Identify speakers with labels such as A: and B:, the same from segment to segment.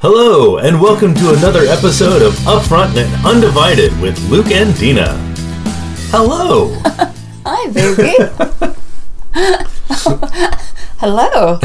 A: Hello, and welcome to another episode of Upfront and Undivided with Luke and Dina. Hello.
B: Hi, baby. Hello.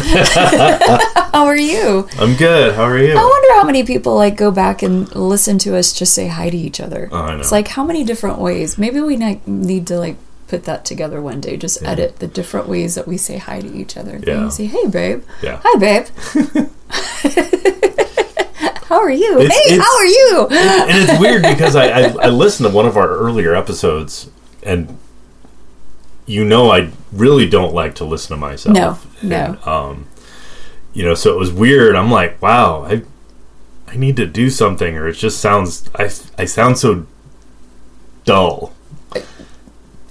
B: how are you?
A: I'm good. How are you?
B: I wonder how many people like go back and listen to us just say hi to each other.
A: Oh, I know.
B: It's like how many different ways. Maybe we ni- need to like put that together one day. Just edit the different ways that we say hi to each other. Then
A: Yeah.
B: you say, "Hey, babe."
A: Yeah.
B: Hi, babe. how are you?
A: It's-
B: hey,
A: it's-
B: how are you?
A: and it's weird because I, I, I listened to one of our earlier episodes, and you know I really don't like to listen to myself.
B: No, no.
A: And, um, you know, so it was weird. I'm like, wow, I I need to do something, or it just sounds I I sound so dull.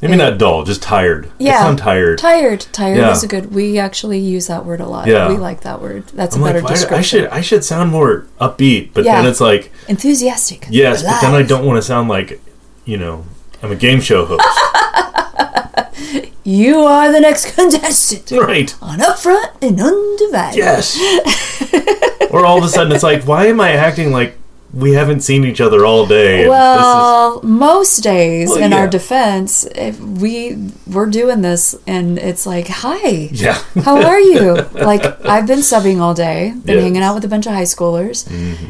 A: Maybe not dull, just tired. I
B: Yeah.
A: sound tired.
B: Tired. Tired
A: Yeah.
B: is a good. We actually use that word a lot.
A: Yeah.
B: We like that word. That's
A: I'm
B: a better
A: like, why do-
B: description.
A: I should I should sound more upbeat, but then
B: Yeah.
A: it's like,
B: enthusiastic.
A: yes, but then I
B: alive.
A: don't want to sound like, you know, I'm a game show host,
B: You are the next contestant
A: right?
B: on Upfront and Undivided.
A: Yes. or all of a sudden, it's like, why am I acting like we haven't seen each other all day? and
B: Well, most days,
A: Well,
B: in
A: yeah.
B: our defense, if we we're doing this, and it's like, "Hi,
A: this is, yeah.
B: how are you?" like I've been subbing all day, been
A: Yes. Mm-hmm.
B: hanging out with a bunch of high schoolers,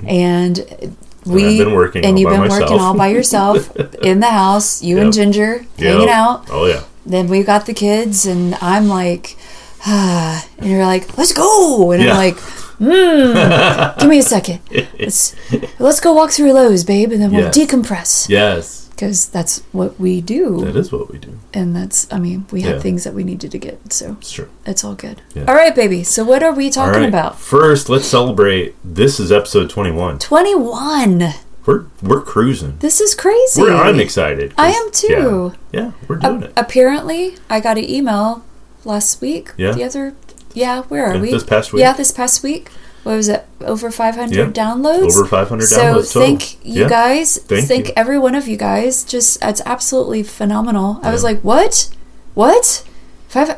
B: and we
A: I've been working
B: and
A: all
B: you've
A: by
B: been working
A: myself.
B: all by yourself in the house, you
A: Yep.
B: and Ginger hanging
A: Yeah.
B: out.
A: Oh yeah.
B: then we got the kids and i'm like ah, and you're like let's go and
A: Yeah.
B: i'm like hmm give me a second let's let's go walk through lowe's babe and then we'll
A: Yes.
B: decompress
A: Yes.
B: because that's what we do
A: That is what we do.
B: and that's i mean we had
A: Yeah.
B: things that we needed to get so
A: It's true.
B: it's all good
A: Yeah.
B: all right baby so what are we talking about
A: First, let's celebrate. This is episode 21.
B: 21
A: We're we're cruising.
B: this is crazy
A: We're, I'm excited. 'cause-
B: I am too.
A: Yeah, Yeah, we're doing it.
B: apparently i got an email last week
A: Yeah.
B: the other yeah where are
A: Yeah,
B: we
A: this past week.
B: yeah this past week what was it over 500
A: Yeah.
B: downloads
A: Over 500
B: so
A: downloads total.
B: thank you
A: Yeah.
B: guys
A: Thank
B: thank,
A: you.
B: every one of you guys just it's absolutely phenomenal i was
A: Yeah.
B: like what what five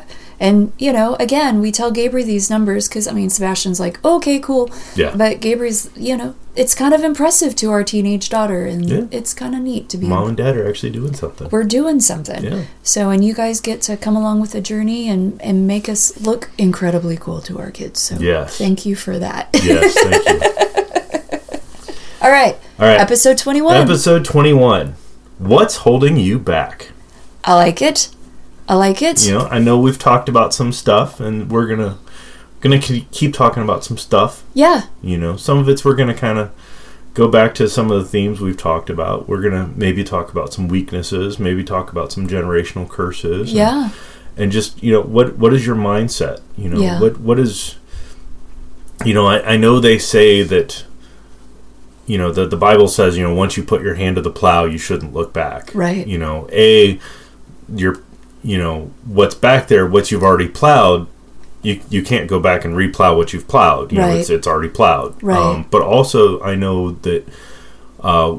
B: and you know again we tell gabriel these numbers because i mean sebastian's like okay cool
A: Yeah.
B: but gabriel's you know it's kind of impressive to our teenage daughter and
A: Yeah.
B: it's kind of neat to be
A: Mom and Dad are actually doing something.
B: we're doing something.
A: Yeah.
B: So, and you guys get to come along with the journey and and make us look incredibly cool to our kids. So,
A: Yes.
B: thank you for that.
A: yes, thank you.
B: All right.
A: All right.
B: Episode 21.
A: Episode 21. What's holding you back?
B: I like it. I like it.
A: You know, I know we've talked about some stuff and we're going to going to keep talking about some stuff
B: Yeah.
A: You know, some of it's we're going to kind of go back to some of the themes we've talked about. We're going to maybe talk about some weaknesses, maybe talk about some generational curses. and-
B: Yeah.
A: And, just, you know, what what is your mindset? You know,
B: Yeah.
A: what what is you know, I, I know they say that you know, that the Bible says, you know, once you put your hand to the plow, you shouldn't look back.
B: Right.
A: You know, A your you know, what's back there, what you've already plowed, you, you can't go back and replow what you've plowed. You know,
B: Right.
A: it's it's already plowed.
B: Right.
A: Um, but also, I know that uh,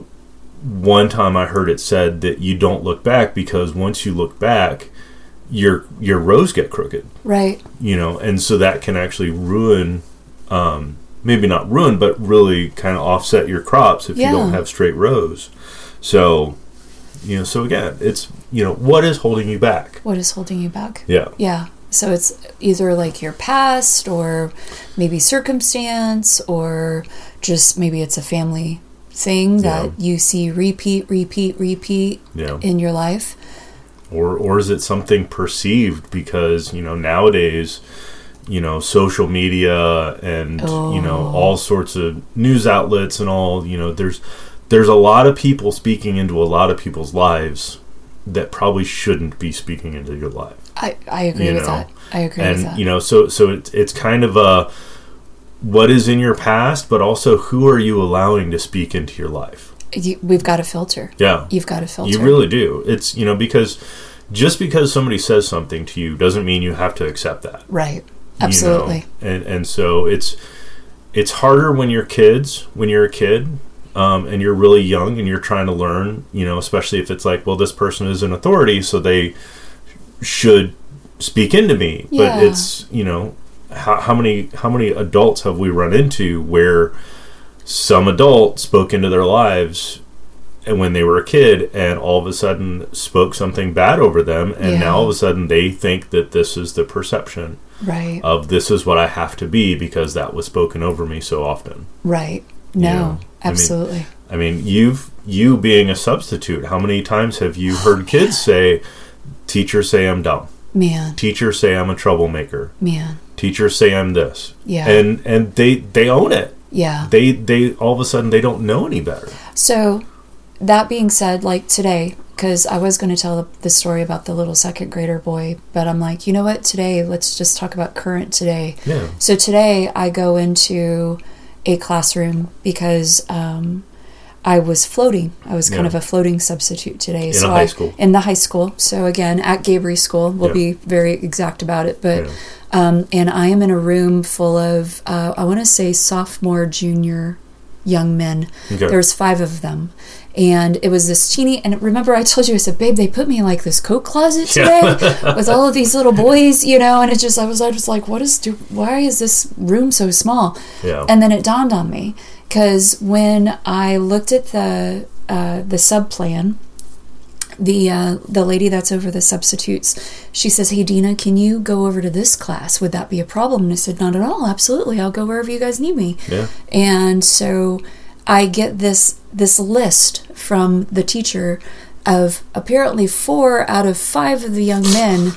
A: one time I heard it said that you don't look back because once you look back, your your rows get crooked.
B: Right.
A: You know, and so that can actually ruin, um, maybe not ruin, but really kind of offset your crops if you don't
B: Yeah.
A: have straight rows. So, you know, so again, it's you know what is holding you back.
B: What is holding you back?
A: Yeah.
B: Yeah. So it's either like your past or maybe circumstance or just maybe it's a family thing that
A: Yeah.
B: you see repeat, repeat, repeat
A: Yeah.
B: in your life.
A: or or is it something perceived because you know nowadays you know social media and you know
B: Oh.
A: all sorts of news outlets and all you know there's there's a lot of people speaking into a lot of people's lives that probably shouldn't be speaking into your life
B: I, I agree
A: You
B: with
A: know,
B: that. I agree with
A: and
B: that.
A: you know so so it's it's kind of a what is in your past but also who are you allowing to speak into your life
B: You- we've got a filter.
A: yeah
B: You've got a filter.
A: You really do. It's you know because just because somebody says something to you doesn't mean you have to accept that. you
B: right.
A: know?
B: Absolutely.
A: And and so it's it's harder when you're kids when you're a kid. Um, and you're really young and you're trying to learn, you know, especially if it's like, well, this person is an authority, so they should speak into me.
B: Yeah.
A: But it's, you know, how, how many how many adults have we run into where some adult spoke into their lives and when they were a kid and all of a sudden spoke something bad over them and
B: Yeah.
A: now all of a sudden they think that this is the perception
B: Right.
A: of this is what I have to be because that was spoken over me so often.
B: right. No.
A: know, I mean-
B: absolutely.
A: I mean, you've you being a substitute, how many times have you heard kids say teachers say I'm dumb.
B: man.
A: Teachers say I'm a troublemaker.
B: Man.
A: Teachers say I'm this.
B: Yeah.
A: And and they they own it.
B: Yeah.
A: They they all of a sudden they don't know any better.
B: So, that being said, like today, because I was going to tell the, the story about the little second grader boy, but I'm like, you know what? Today, let's just talk about current today.
A: Yeah.
B: So today I go into a classroom because um, I was floating. I was kind
A: Yeah.
B: of a floating substitute today.
A: In
B: so
A: a high
B: I-
A: school.
B: In the high school. So again, at Gabriel School, we'll
A: Yeah.
B: be very exact about it. But
A: Yeah.
B: um, and I am in a room full of uh, I want to say sophomore, junior, young men.
A: Okay.
B: There was five of them. And it was this teeny, and remember I told you, I said, babe, they put me in like this coat closet today
A: Yeah.
B: with all of these little boys, you know, and it just, I was, I was like, what is, do, why is this room so small?
A: Yeah.
B: And then it dawned on me because when I looked at the, uh, the sub plan, the uh, the lady that's over the substitutes, she says, "Hey Dina, can you go over to this class? Would that be a problem?" And I said, "Not at all. Absolutely, I'll go wherever you guys need me."
A: Yeah.
B: And so I get this this list from the teacher of apparently four out of five of the young men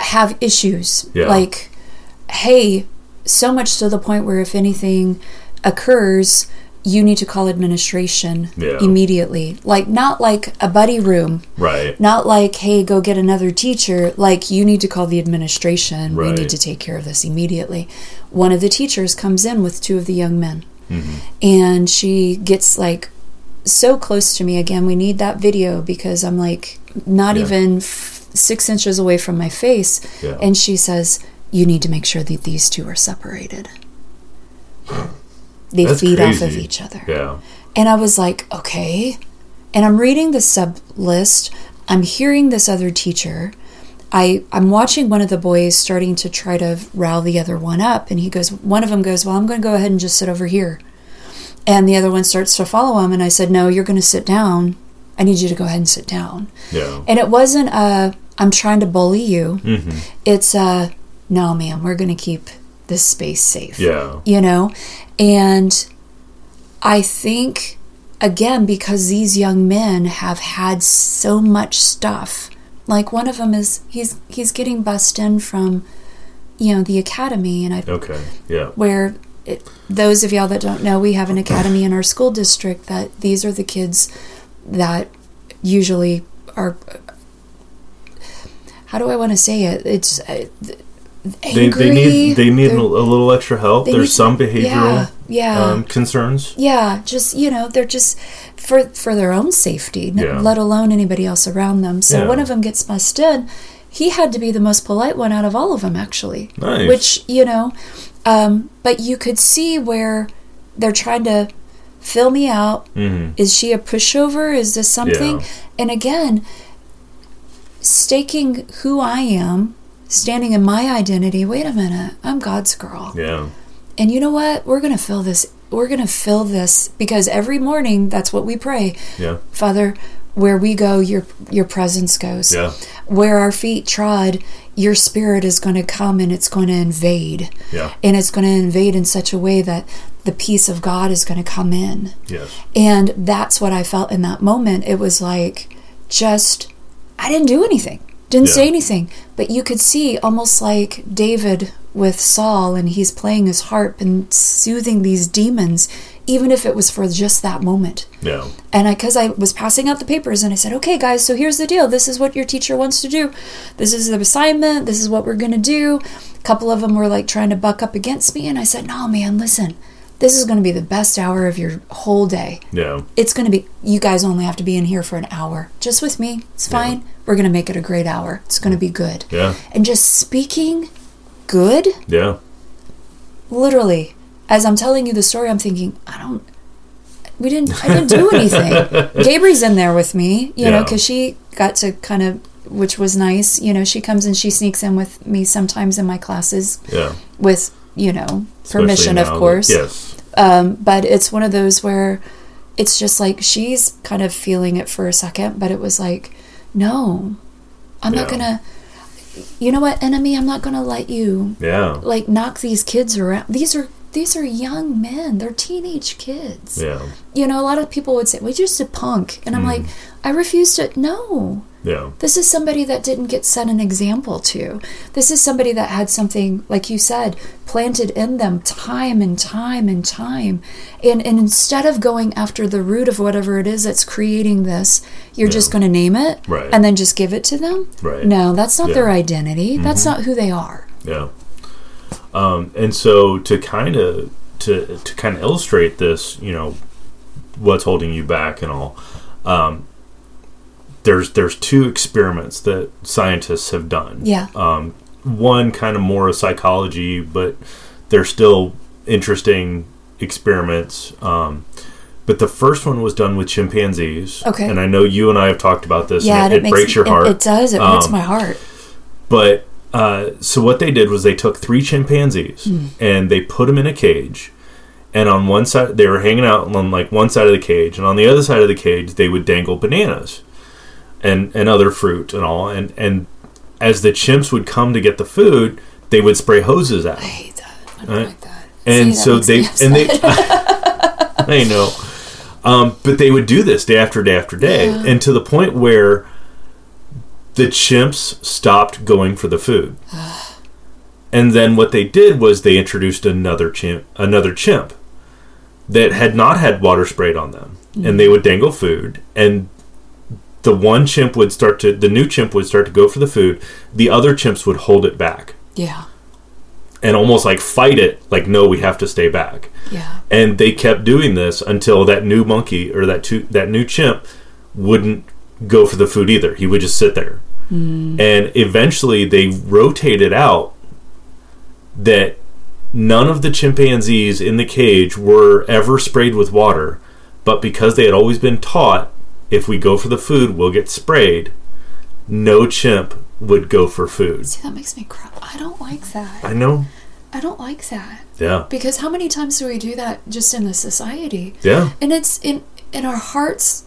B: have issues
A: Yeah.
B: like hey so much to the point where if anything occurs you need to call administration
A: Yeah.
B: immediately like not like a buddy room
A: Right.
B: not like hey go get another teacher like you need to call the administration we need
A: Right.
B: to take care of this immediately one of the teachers comes in with two of the young men
A: Mm-hmm.
B: and she gets like so close to me again we need that video because i'm like not
A: Yeah.
B: even f- six inches away from my face
A: Yeah.
B: and she says you need to make sure that these two are separated they
A: That's
B: feed off of
A: crazy.
B: each other
A: Yeah.
B: and I was like, okay. And I'm reading the sub list. I'm hearing this other teacher. I, I'm watching one of the boys starting to try to rile the other one up. And he goes, one of them goes, Well, I'm going to go ahead and just sit over here. And the other one starts to follow him. And I said, No, you're going to sit down. I need you to go ahead and sit down.
A: Yeah.
B: And it wasn't a, I'm trying to bully you. It's a, No, ma'am, we're going to keep this space safe
A: Yeah.
B: you know and i think again because these young men have had so much stuff like one of them is he's he's getting bussed in from you know the academy and i
A: Okay. Yeah.
B: where it, those of y'all that don't know, we have an academy in our school district that these are the kids that usually are. How do I want to say it? It's uh, th-
A: They,
B: angry.
A: they need they need
B: they're-
A: a little extra help.
B: they
A: There's
B: need-
A: some behavioral
B: yeah, yeah.
A: um, concerns.
B: yeah just you know they're just for for their own safety n-
A: Yeah.
B: let alone anybody else around them so
A: Yeah.
B: one of them gets bussed in he had to be the most polite one out of all of them actually
A: Nice.
B: which you know um, but you could see where they're trying to fill me out
A: Mm-hmm.
B: is she a pushover is this something
A: Yeah.
B: and again staking who i am standing in my identity wait a minute i'm god's girl
A: Yeah.
B: and you know what? We're going to fill this. We're going to fill this because every morning that's what we pray.
A: Yeah.
B: Father, where we go, your your presence goes.
A: Yeah.
B: Where our feet trod, your spirit is going to come and it's going to invade.
A: Yeah.
B: And it's going to invade in such a way that the peace of God is going to come in.
A: Yes.
B: And that's what I felt in that moment. It was like just I didn't do anything. Didn't
A: Yeah.
B: say anything. But you could see almost like David with Saul and he's playing his harp and soothing these demons even if it was for just that moment.
A: Yeah.
B: And I, because I was passing out the papers, and I said, "Okay, guys, so here's the deal. This is what your teacher wants to do. This is the assignment. This is what we're gonna do." A couple of them were like trying to buck up against me, and I said, "No, man, listen. This is gonna be the best hour of your whole day.
A: Yeah.
B: It's gonna be. You guys only have to be in here for an hour, just with me. It's fine. We're gonna make it a great hour. It's gonna be good.
A: Yeah.
B: And just speaking, good."
A: Yeah.
B: literally as i'm telling you the story i'm thinking i don't we didn't i didn't do anything gabri's in there with me you know
A: Yeah.
B: because she got to kind of which was nice you know she comes and she sneaks in with me sometimes in my classes
A: Yeah.
B: with you know
A: Especially
B: permission of
A: now that-
B: course
A: Yes.
B: Um, but it's one of those where it's just like she's kind of feeling it for a second, but it was like, no, I'm not
A: Yeah.
B: gonna. You know what, enemy? I'm not gonna let you
A: Yeah.
B: like knock these kids around. These are these are young men. They're teenage kids.
A: Yeah. Mm.
B: You know, a lot of people would say, "Well, you're just a punk," and I'm like, I refuse to. No,
A: Yeah.
B: this is somebody that didn't get set an example to. This is somebody that had something, like you said, planted in them time and time and time. And, and instead of going after the root of whatever it is that's creating this, you're just going to name it
A: Right.
B: and then just give it to them.
A: Right.
B: No, that's not
A: Yeah. Mm-hmm.
B: their identity. That's not who they are.
A: Yeah. Um, and so to kind of to to kind of illustrate this, you know, what's holding you back and all. Um, there's there's two experiments that scientists have done.
B: Yeah.
A: Um, one kind of more of psychology, but they're still interesting experiments. Um, but the first one was done with chimpanzees.
B: Okay.
A: And I know you and I have talked about this.
B: yeah,
A: and
B: and
A: it, it breaks your
B: it-
A: heart.
B: It, does. It breaks
A: Um,
B: my heart.
A: But uh, so what they did was they took three chimpanzees and they put them in a cage. And on one side, they were hanging out on like one side of the cage, and on the other side of the cage, they would dangle bananas and and other fruit and all. And and as the chimps would come to get the food, they would spray hoses at. 'em.
B: I hate that. I don't
A: Right.
B: like that.
A: And
B: See, that
A: so
B: makes
A: they
B: me
A: and
B: upset.
A: they I know. Um, but they would do this day after day after day,
B: Yeah.
A: and to the point where the chimps stopped going for the food. and then what they did was they introduced another chimp, another chimp that had not had water sprayed on them, and they would dangle food, and the one chimp would start to, the new chimp would start to go for the food, the other chimps would hold it back
B: Yeah.
A: and almost like fight it, like no, we have to stay back
B: Yeah.
A: and they kept doing this until that new monkey or that two, that new chimp wouldn't go for the food either. He would just sit there, and eventually they rotated out that none of the chimpanzees in the cage were ever sprayed with water, but because they had always been taught if we go for the food, we'll get sprayed. No chimp would go for food.
B: See, that makes me cry. I don't like that.
A: I know.
B: I don't like that.
A: Yeah.
B: Because how many times do we do that just in the society?
A: Yeah.
B: And it's in in our hearts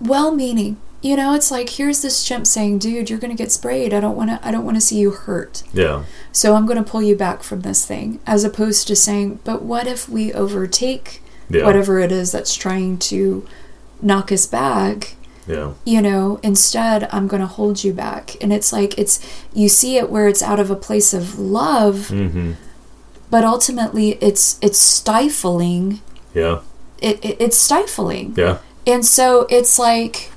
B: well meaning. You know, it's like here's this chimp saying, "Dude, you're going to get sprayed. I don't want to I don't want to see you hurt.
A: Yeah.
B: So I'm going to pull you back from this thing." As opposed to saying, "But what if we overtake
A: Yeah.
B: whatever it is that's trying to knock us back?"
A: Yeah.
B: you know instead i'm going to hold you back and it's like it's you see it where it's out of a place of love
A: Mm. Mm-hmm.
B: but ultimately it's it's stifling
A: Yeah.
B: it, it it's stifling
A: Yeah.
B: and so it's like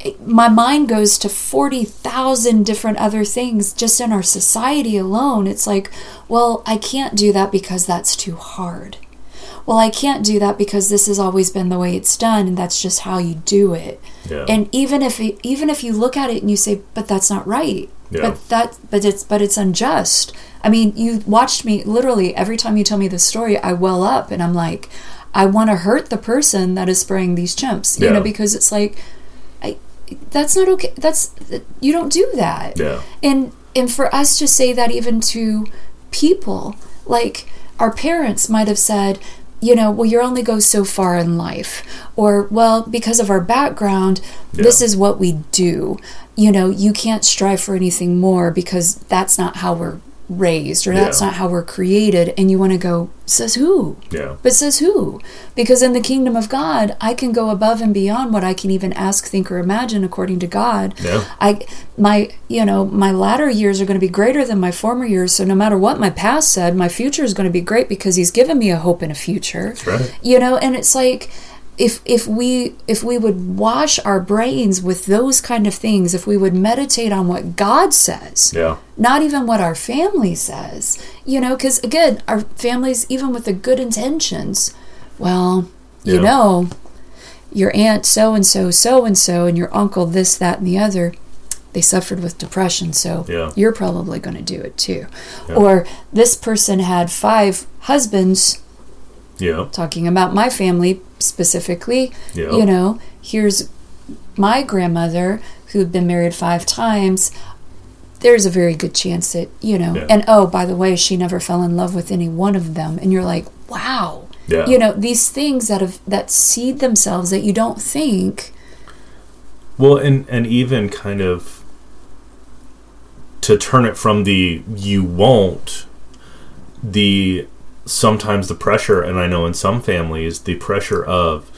B: it, my mind goes to 40,000 different other things just in our society alone. It's like, well, I can't do that because that's too hard. Well, I can't do that because this has always been the way it's done and that's just how you do it.
A: Yeah.
B: And even if it, even if you look at it and you say, "But that's not right."
A: Yeah.
B: But that but it's but it's unjust. I mean, you watched me literally every time you tell me this story, I well up and I'm like, I want to hurt the person that is spraying these chimps, you
A: Yeah.
B: know, because it's like I that's not okay. That's you don't do that.
A: Yeah.
B: And and for us to say that even to people, like our parents might have said, you know, well you only go so far in life or well because of our background, this
A: Yeah.
B: is what we do. You know, you can't strive for anything more because that's not how we're raised or that's
A: Yeah.
B: not how we're created and you want to go says who?
A: Yeah.
B: But says who? Because in the kingdom of God, I can go above and beyond what I can even ask, think, or imagine according to God.
A: Yeah.
B: I my you know, my latter years are going to be greater than my former years, so no matter what my past said, my future is going to be great because he's given me a hope and a future.
A: right.
B: You know, and it's like if if we if we would wash our brains with those kind of things, if we would meditate on what God says,
A: Yeah.
B: not even what our family says, you know, because again, our families, even with the good intentions, well, you
A: Yeah.
B: know, your aunt so and so, so and so, and your uncle this, that, and the other, they suffered with depression, so
A: Yeah.
B: you're probably going to do it too. Or this person had five husbands
A: Yeah.
B: talking about my family specifically,
A: Yeah.
B: you know, here's my grandmother who'd been married five times. There's a very good chance that, you know,
A: Yeah.
B: and oh, by the way, she never fell in love with any one of them. And you're like, wow,
A: Yeah.
B: You know, these things that have that seed themselves that you don't think.
A: Well, and and even kind of to turn it from the you won't the sometimes the pressure and I know in some families the pressure of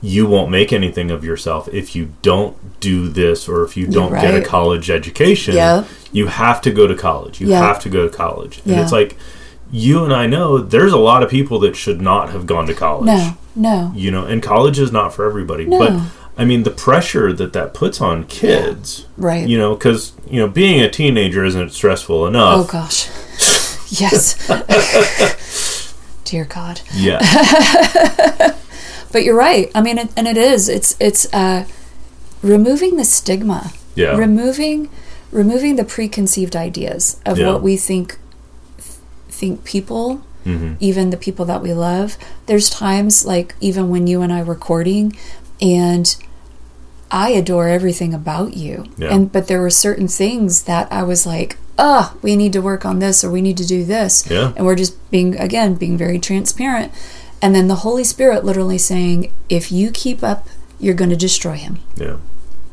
A: you won't make anything of yourself if you don't do this or if you don't get a
B: right.
A: college education.
B: Yeah.
A: You have to go to college. You
B: Yeah.
A: have to go to college. And
B: Yeah.
A: it's like you and I know there's a lot of people that should not have gone to college
B: No, no.
A: you know and college is not for everybody
B: No.
A: but i mean the pressure that that puts on kids
B: Right.
A: you know because you know being a teenager isn't stressful
B: Oh
A: enough
B: gosh. yes. Dear God.
A: yeah
B: But you're right. I mean, it, and it is. It's it's uh, removing the stigma.
A: yeah
B: Removing removing the preconceived ideas of
A: Yeah.
B: what we think think people
A: Mm-hmm.
B: even the people that we love. There's times like even when you and I recording and I adore everything about you.
A: Yeah.
B: And but there were certain things that I was like, "Oh, we need to work on this or we need to do this."
A: Yeah.
B: And we're just being again being very transparent. And then the Holy Spirit literally saying, "If you keep up, you're going to destroy him.
A: yeah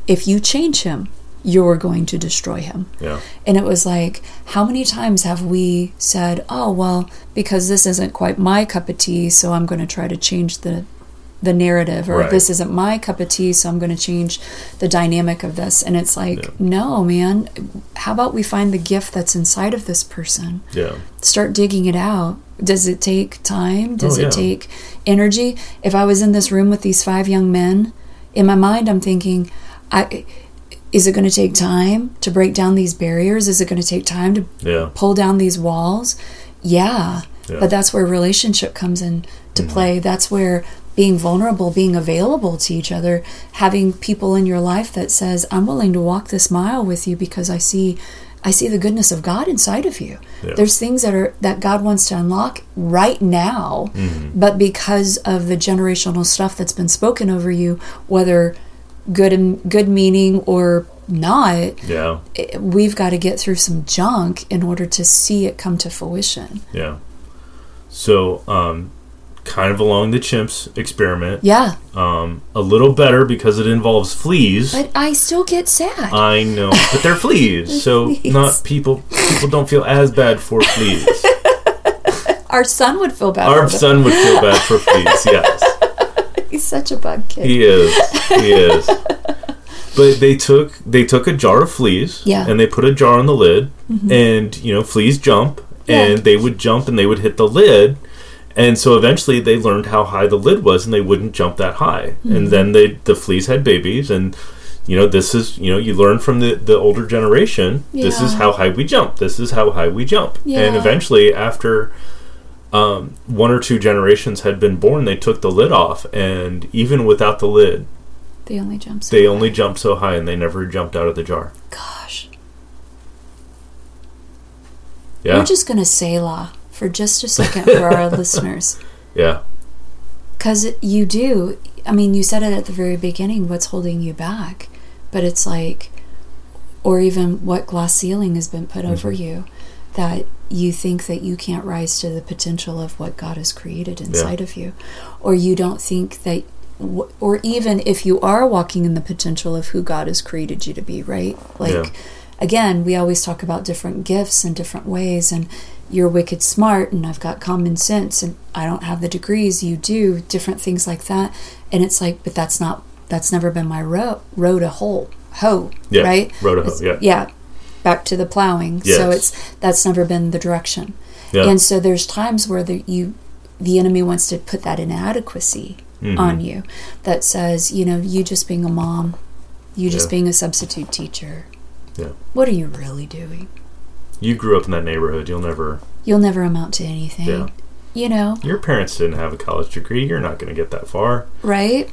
B: If you change him, you're going to destroy him."
A: yeah
B: And it was like, how many times have we said, "Oh, well, because this isn't quite my cup of tea, so I'm going to try to change the the narrative," or
A: Right.
B: "This isn't my cup of tea, so I'm going to change the dynamic of this." And it's like, no, man. How about we find the gift that's inside of this person?
A: yeah
B: Start digging it out. Does it take time? Does
A: Oh, yeah.
B: it take energy? If I was in this room with these five young men, in my mind, I'm thinking, I is it going to take time to break down these barriers? Is it going to take time to
A: yeah
B: pull down these walls? Yeah.
A: Yeah. Mm-hmm.
B: But that's where relationship comes in to play. That's where being vulnerable, being available to each other, having people in your life that says, "I'm willing to walk this mile with you because I see I see the goodness of God inside of you."
A: Yeah.
B: There's things that are that God wants to unlock right now,
A: Mm-hmm.
B: but because of the generational stuff that's been spoken over you, whether good and good meaning or not,
A: yeah
B: it- we've got to get through some junk in order to see it come to fruition.
A: yeah so um kind of along the chimps experiment
B: Yeah,
A: um a little better because it involves fleas
B: but I still get sad.
A: I know, but they're fleas, so
B: Fleas.
A: not people. People don't feel as bad for fleas.
B: Our son would feel bad.
A: Our
B: for that.
A: son would feel bad for fleas. Yes.
B: He's such a bug kid.
A: He is. He is. But they took they took a jar of fleas
B: Yeah. Mm-hmm.
A: and they put a jar on the lid and you know fleas jump
B: Yeah.
A: and they would jump and they would hit the lid and so eventually they learned how high the lid was and they wouldn't jump that high
B: Mm-hmm.
A: and then they the fleas had babies and you know this is you know you learn from the the older generation this is
B: Yeah.
A: how high we jump this is how high we jump and
B: Yeah.
A: eventually after um, one or two generations had been born they took the lid off and even without the lid
B: The only jumps.
A: they only jumped so high and they never jumped out of the jar.
B: Gosh,
A: Yeah.
B: we're just gonna say la for just a second for our listeners,
A: yeah.
B: because you do. I mean, you said it at the very beginning. What's holding you back? But it's like, or even what glass ceiling has been put over you, that you think that you can't rise to the potential of what God has created inside of you, or you don't think that. w- Or even if you are walking in the potential of who God has created you to be, right? Like,
A: Yeah.
B: again, we always talk about different gifts and different ways, and you're wicked smart, and I've got common sense, and I don't have the degrees, you do, different things like that. And it's like, but that's not, that's never been my road, road a hole, hoe,
A: Yeah.
B: right?
A: Road to hoe,
B: It's-
A: yeah.
B: Yeah. Back to the plowing. So
A: Yes.
B: it's, that's never been the direction.
A: Yeah.
B: And so there's times where the, you, the enemy wants to put that inadequacy
A: Mm-hmm.
B: on you that says, you know, you just being a mom, you just
A: Yeah.
B: being a substitute teacher.
A: Yeah.
B: What are you really doing?
A: you grew up in that neighborhood. You'll never.
B: You'll never amount to anything.
A: Yeah.
B: You know,
A: Your parents didn't have a college degree. You're not going to get that far.
B: right?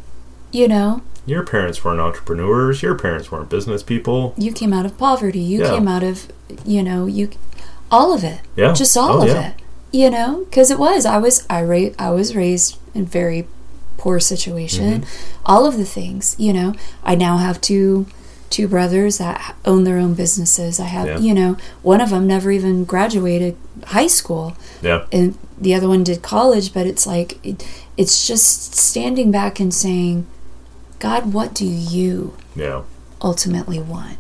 B: You know,
A: Your parents weren't entrepreneurs. Your parents weren't business people.
B: you came out of poverty. You
A: Yeah.
B: came out of, you know, you all of it.
A: Yeah.
B: Just all
A: Oh,
B: of
A: yeah.
B: it. You know, because it was I was I ra- I was raised in
A: Mm-hmm.
B: very poor situation. All of the things. You know, I now have to two brothers that own their own businesses. I have,
A: Yeah.
B: you know, one of them never even graduated high school,
A: Yeah.
B: and the other one did college. But it's like, it, it's just standing back and saying, God, what do you
A: Yeah.
B: ultimately want?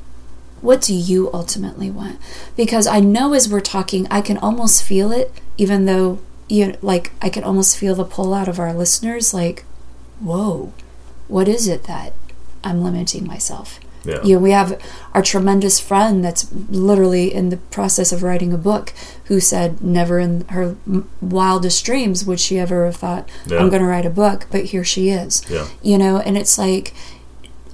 B: What do you ultimately want? Because I know as we're talking, I can almost feel it, even though, you know, like, I can almost feel the pull out of our listeners, like, whoa, what is it that I'm limiting myself?
A: Yeah.
B: You know, we have our tremendous friend that's literally in the process of writing a book who said never in her m- wildest dreams would she ever have thought,
A: Yeah.
B: I'm going to write a book, but here she is.
A: Yeah.
B: You know, and it's like,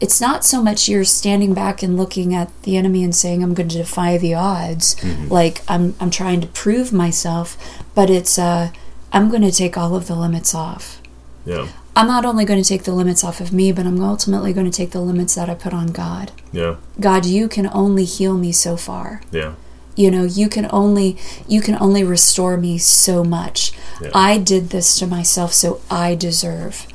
B: it's not so much you're standing back and looking at the enemy and saying, I'm going to defy the odds, like I'm, I'm trying to prove myself, but it's, uh, I'm going to take all of the limits off.
A: Yeah.
B: I'm not only going to take the limits off of me, but I'm ultimately going to take the limits that I put on God.
A: Yeah.
B: God, you can only heal me so far.
A: Yeah.
B: You know, you can only you can only restore me so much.
A: Yeah.
B: I did this to myself, so I deserve.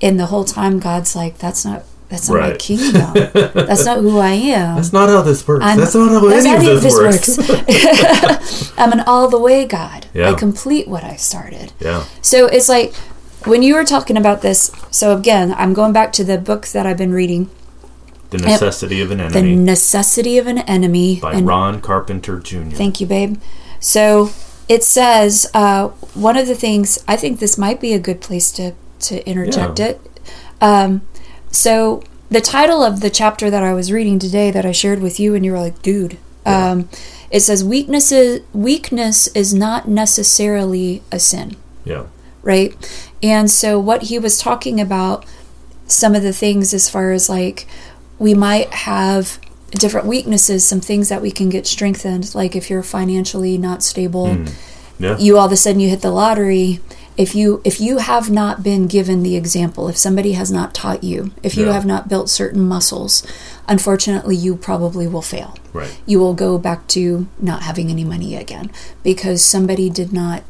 B: And the whole time God's like, that's not that's not my
A: Right.
B: kingdom. that's not who I am.
A: That's not how this works.
B: I'm-
A: that's not how
B: that's
A: any
B: how
A: of this, works.
B: works. I'm an all the way God. I
A: Yeah.
B: complete what I started.
A: yeah.
B: So it's like when you were talking about this, so again, I'm going back to the books that I've been reading.
A: The necessity of an
B: The
A: enemy
B: Necessity of an Enemy
A: Mm-hmm. by
B: and
A: Ron Carpenter Jr.
B: Thank you, babe. So it says uh, one of the things I think this might be a good place to to interject
A: Yeah.
B: it. Um, so the title of the chapter that I was reading today that I shared with you, and you were like, "Dude," um, it says weaknesses weakness is not necessarily a sin
A: yeah.
B: right? And so, what he was talking about, some of the things as far as like we might have different weaknesses, some things that we can get strengthened, like if you're financially not stable,
A: Yeah.
B: you all of a sudden you hit the lottery. If you if you have not been given the example, if somebody has not taught you, if you
A: Yeah.
B: have not built certain muscles, unfortunately you probably will fail
A: right.
B: you will go back to not having any money again because somebody did not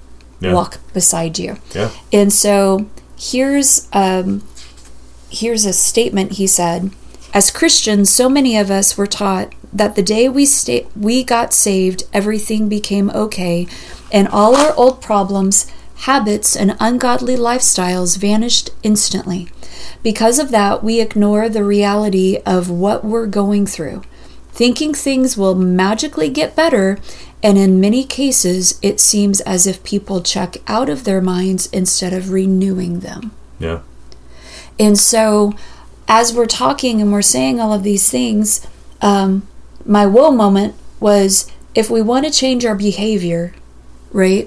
A: Yeah.
B: walk beside you.
A: Yeah.
B: And so here's um, here's a statement he said. As Christians, so many of us were taught that the day we sta- we got saved, everything became okay, and all our old problems, habits, and ungodly lifestyles vanished instantly. Because of that, we ignore the reality of what we're going through, thinking things will magically get better, and in many cases, it seems as if people check out of their minds instead of renewing them.
A: Yeah.
B: And so, as we're talking and we're saying all of these things, um, my whoa moment was if we want to change our behavior, right?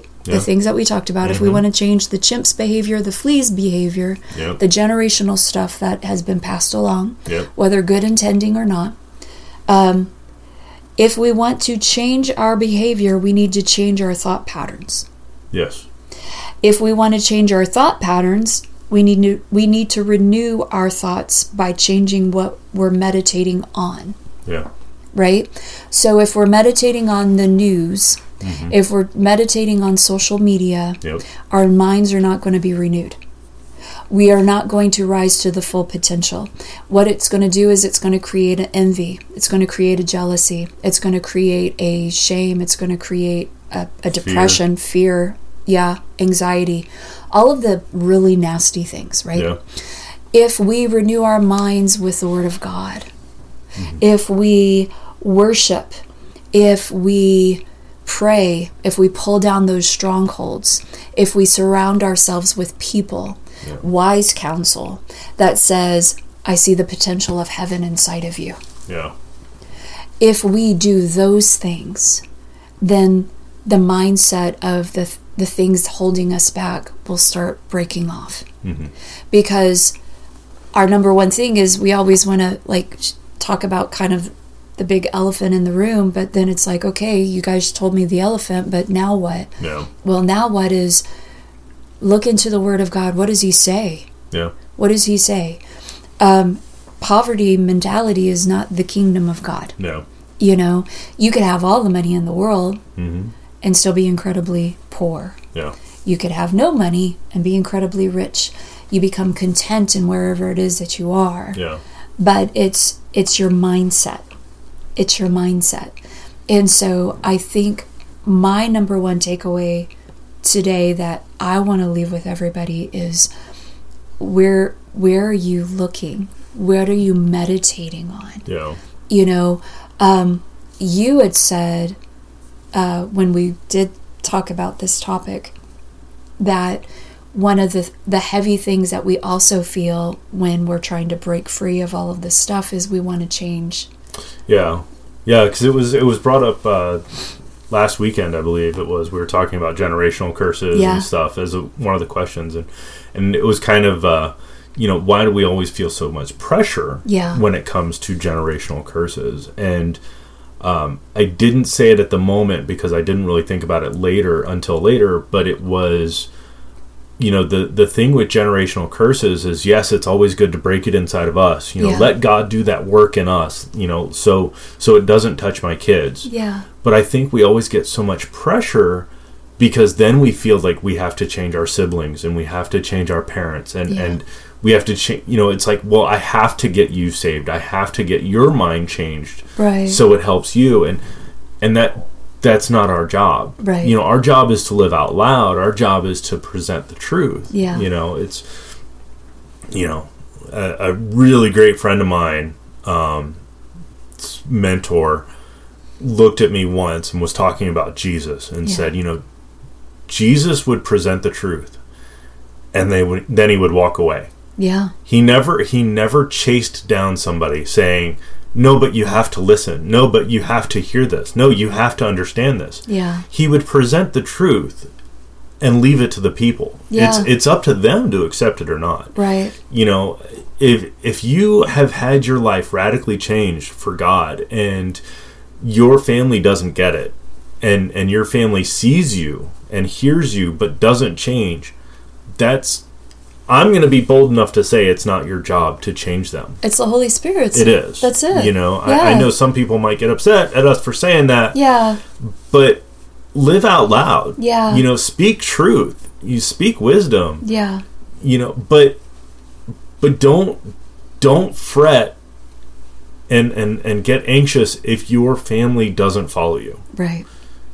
A: Yeah. Mm-hmm.
B: The things that we talked about, if we want to change the chimp's behavior, the flea's behavior,
A: Yep.
B: the generational stuff that has been passed along,
A: Yep.
B: whether good intending or not, um, if we want to change our behavior, we need to change our thought patterns
A: Yes.
B: if we want to change our thought patterns we need to we need to renew our thoughts by changing what we're meditating on
A: Yeah.
B: right so if we're meditating on the news if we're meditating on social media
A: Yep.
B: our minds are not going to be renewed we are not going to rise to the full potential. What it's going to do is it's going to create an envy. It's going to create a jealousy. It's going to create a shame. It's going to create a, a depression, fear. yeah, anxiety, all of the really nasty things, right?
A: Yeah.
B: If we renew our minds with the Word of God, if we worship, if we pray, if we pull down those strongholds, if we surround ourselves with people, wise counsel that says, I see the potential of heaven inside of you.
A: Yeah.
B: If we do those things, then the mindset of the, the things holding us back will start breaking off. Because our number one thing is we always want to like sh- talk about kind of the big elephant in the room, but then it's like, okay, you guys told me the elephant, but now what?
A: Yeah.
B: Well, now what is look into the Word of God. What does He say?
A: Yeah.
B: What does He say? Um, poverty mentality is not the kingdom of God.
A: Yeah.
B: You know, you could have all the money in the world and still be incredibly poor.
A: Yeah.
B: You could have no money and be incredibly rich. You become content in wherever it is that you are.
A: Yeah.
B: but it's it's your mindset. It's your mindset. And so I think my number one takeaway today that I want to leave with everybody is where where are you looking? Where are you meditating on?
A: Yeah.
B: You know, um, you had said uh, when we did talk about this topic that one of the the heavy things that we also feel when we're trying to break free of all of this stuff is we want to change.
A: Yeah. Yeah, because it was it was brought up uh, last weekend, I believe it was. We were talking about generational curses
B: Yeah.
A: and stuff as a, one of the questions, and and it was kind of uh, you know why do we always feel so much pressure
B: Yeah.
A: when it comes to generational curses? And um, I didn't say it at the moment because I didn't really think about it later until later, but it was. You know the the thing with generational curses is yes, it's always good to break it inside of us. You know,
B: Yeah.
A: let God do that work in us. You know, so so it doesn't touch my kids
B: Yeah.
A: but I think we always get so much pressure because then we feel like we have to change our siblings and we have to change our parents and
B: Yeah.
A: and we have to change you know it's like well I have to get you saved I have to get your mind changed
B: Right.
A: so it helps you and and that that's not our job
B: Right.
A: you know our job is to live out loud our job is to present the truth
B: Yeah.
A: you know it's you know a, a really great friend of mine um s- mentor looked at me once and was talking about Jesus and
B: Yeah.
A: said, you know, Jesus would present the truth and they would then he would walk away.
B: yeah.
A: He never he never chased down somebody saying, "No, but you have to listen. No, but you have to hear this. No, you have to understand this."
B: Yeah.
A: He would present the truth and leave it to the people.
B: Yeah.
A: It's it's up to them to accept it or not
B: Right.
A: you know if if you have had your life radically changed for God and your family doesn't get it and and your family sees you and hears you but doesn't change that's I'm going to be bold enough to say it's not your job to change them.
B: It's the Holy Spirit's.
A: It is.
B: That's it.
A: You know,
B: Yeah.
A: I, I know some people might get upset at us for saying that,
B: Yeah.
A: but live out loud.
B: Yeah.
A: You know, speak truth. You speak wisdom
B: Yeah.
A: you know but but don't don't fret and and and get anxious if your family doesn't follow you
B: Right.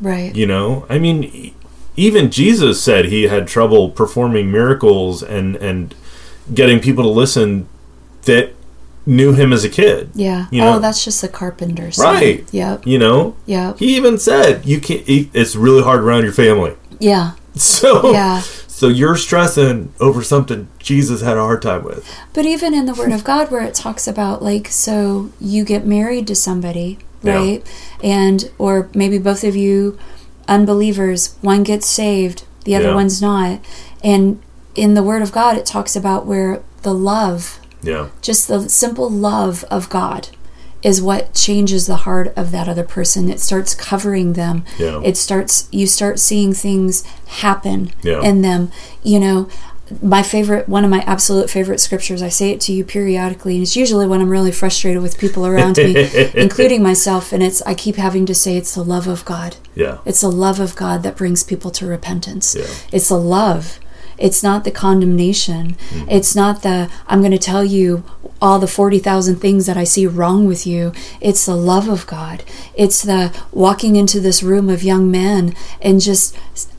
B: Right.
A: you know i mean e- even jesus said he had trouble performing miracles and and getting people to listen that knew him as a kid
B: Yeah.
A: You
B: Oh,
A: know?
B: that's just the carpenter's.
A: Right.
B: son. Yep.
A: you know
B: Yep.
A: he even said you can't it- it's really hard around your family
B: Yeah.
A: so
B: Yeah.
A: so you're stressing over something jesus had a hard time with
B: But even in the Word of God, where it talks about like, so you get married to somebody,
A: Yeah.
B: right? And or maybe both of you, unbelievers, one gets saved, the other
A: Yeah.
B: one's not. And in the Word of God, it talks about where the love,
A: yeah
B: just the simple love of God, is what changes the heart of that other person. It starts covering them.
A: Yeah.
B: It starts. You start seeing things happen
A: Yeah.
B: in them. You know, my favorite, one of my absolute favorite scriptures, I say it to you periodically, and it's usually when I'm really frustrated with people around me, including myself, and it's, I keep having to say, it's the love of God.
A: yeah
B: It's the love of God that brings people to repentance.
A: Yeah.
B: It's the love. It's not the condemnation. It's not the, I'm going to tell you all the 40,000 things that I see wrong with you. It's the love of God. It's the walking into this room of young men and just,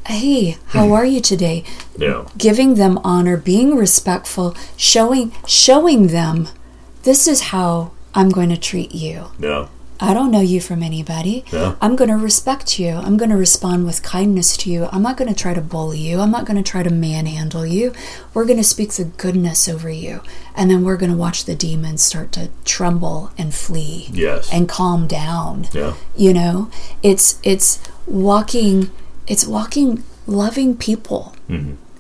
B: hey, how are you today?
A: yeah
B: giving them honor, being respectful, showing showing them this is how I'm going to treat you.
A: Yeah.
B: I don't know you from anybody.
A: Yeah.
B: I'm going to respect you. I'm going to respond with kindness to you. I'm not going to try to bully you. I'm not going to try to manhandle you. We're going to speak the goodness over you. And then we're going to watch the demons start to tremble and flee
A: Yes.
B: and calm down
A: yeah.
B: you know it's it's walking it's walking loving people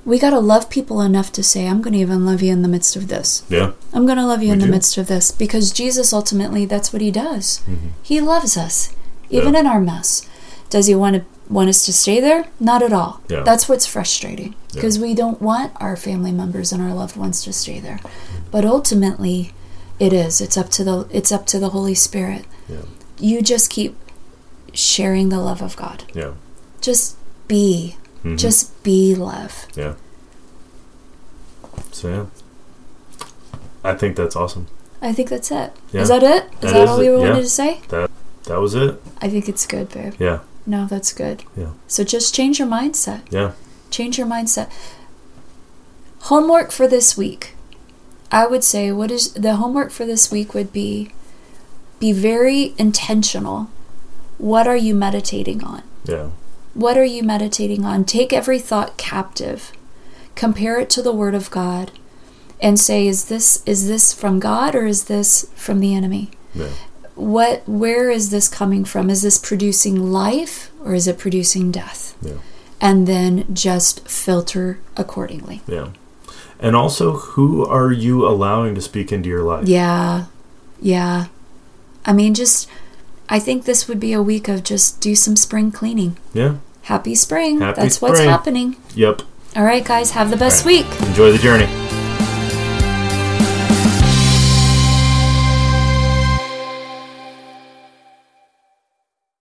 B: we got to love people enough to say i'm going to even love you in the midst of this
A: Yeah.
B: i'm going to love you in the
A: do.
B: midst of this because jesus ultimately that's what he does he loves us even
A: Mm-hmm. Yeah.
B: in our mess does he want to want us to stay there not at all
A: Yeah.
B: that's what's frustrating because we don't want our family members and our loved ones to stay there but ultimately it is it's up to the it's up to the holy spirit
A: Yeah.
B: you just keep sharing the love of God.
A: Yeah. Mm-hmm.
B: Just be. Just be love.
A: Yeah. So yeah. I think that's awesome.
B: I think that's it.
A: Yeah.
B: Is that it? Is
A: That
B: that,
A: is it,
B: all we
A: yeah.
B: wanted to say?
A: That was it.
B: I think it's good, babe.
A: Yeah.
B: No, that's good.
A: Yeah.
B: So just change your mindset.
A: Yeah.
B: Change your mindset. Homework for this week. I would say what is the homework for this week would be be very intentional. What are you meditating on?
A: Yeah.
B: What are you meditating on? Take every thought captive. Compare it to the word of God and say is this is this from God or is this from the enemy?
A: Yeah.
B: What where is this coming from? Is this producing life or is it producing death?
A: Yeah.
B: And then just filter accordingly.
A: Yeah. And also, who are you allowing to speak into your life?
B: Yeah. Yeah. I mean just I think this would be a week of just do some spring cleaning.
A: Yeah.
B: Happy spring.
A: Happy
B: That's what's
A: spring.
B: happening.
A: Yep.
B: All right guys, have the best
A: Right.
B: week.
A: Enjoy the journey.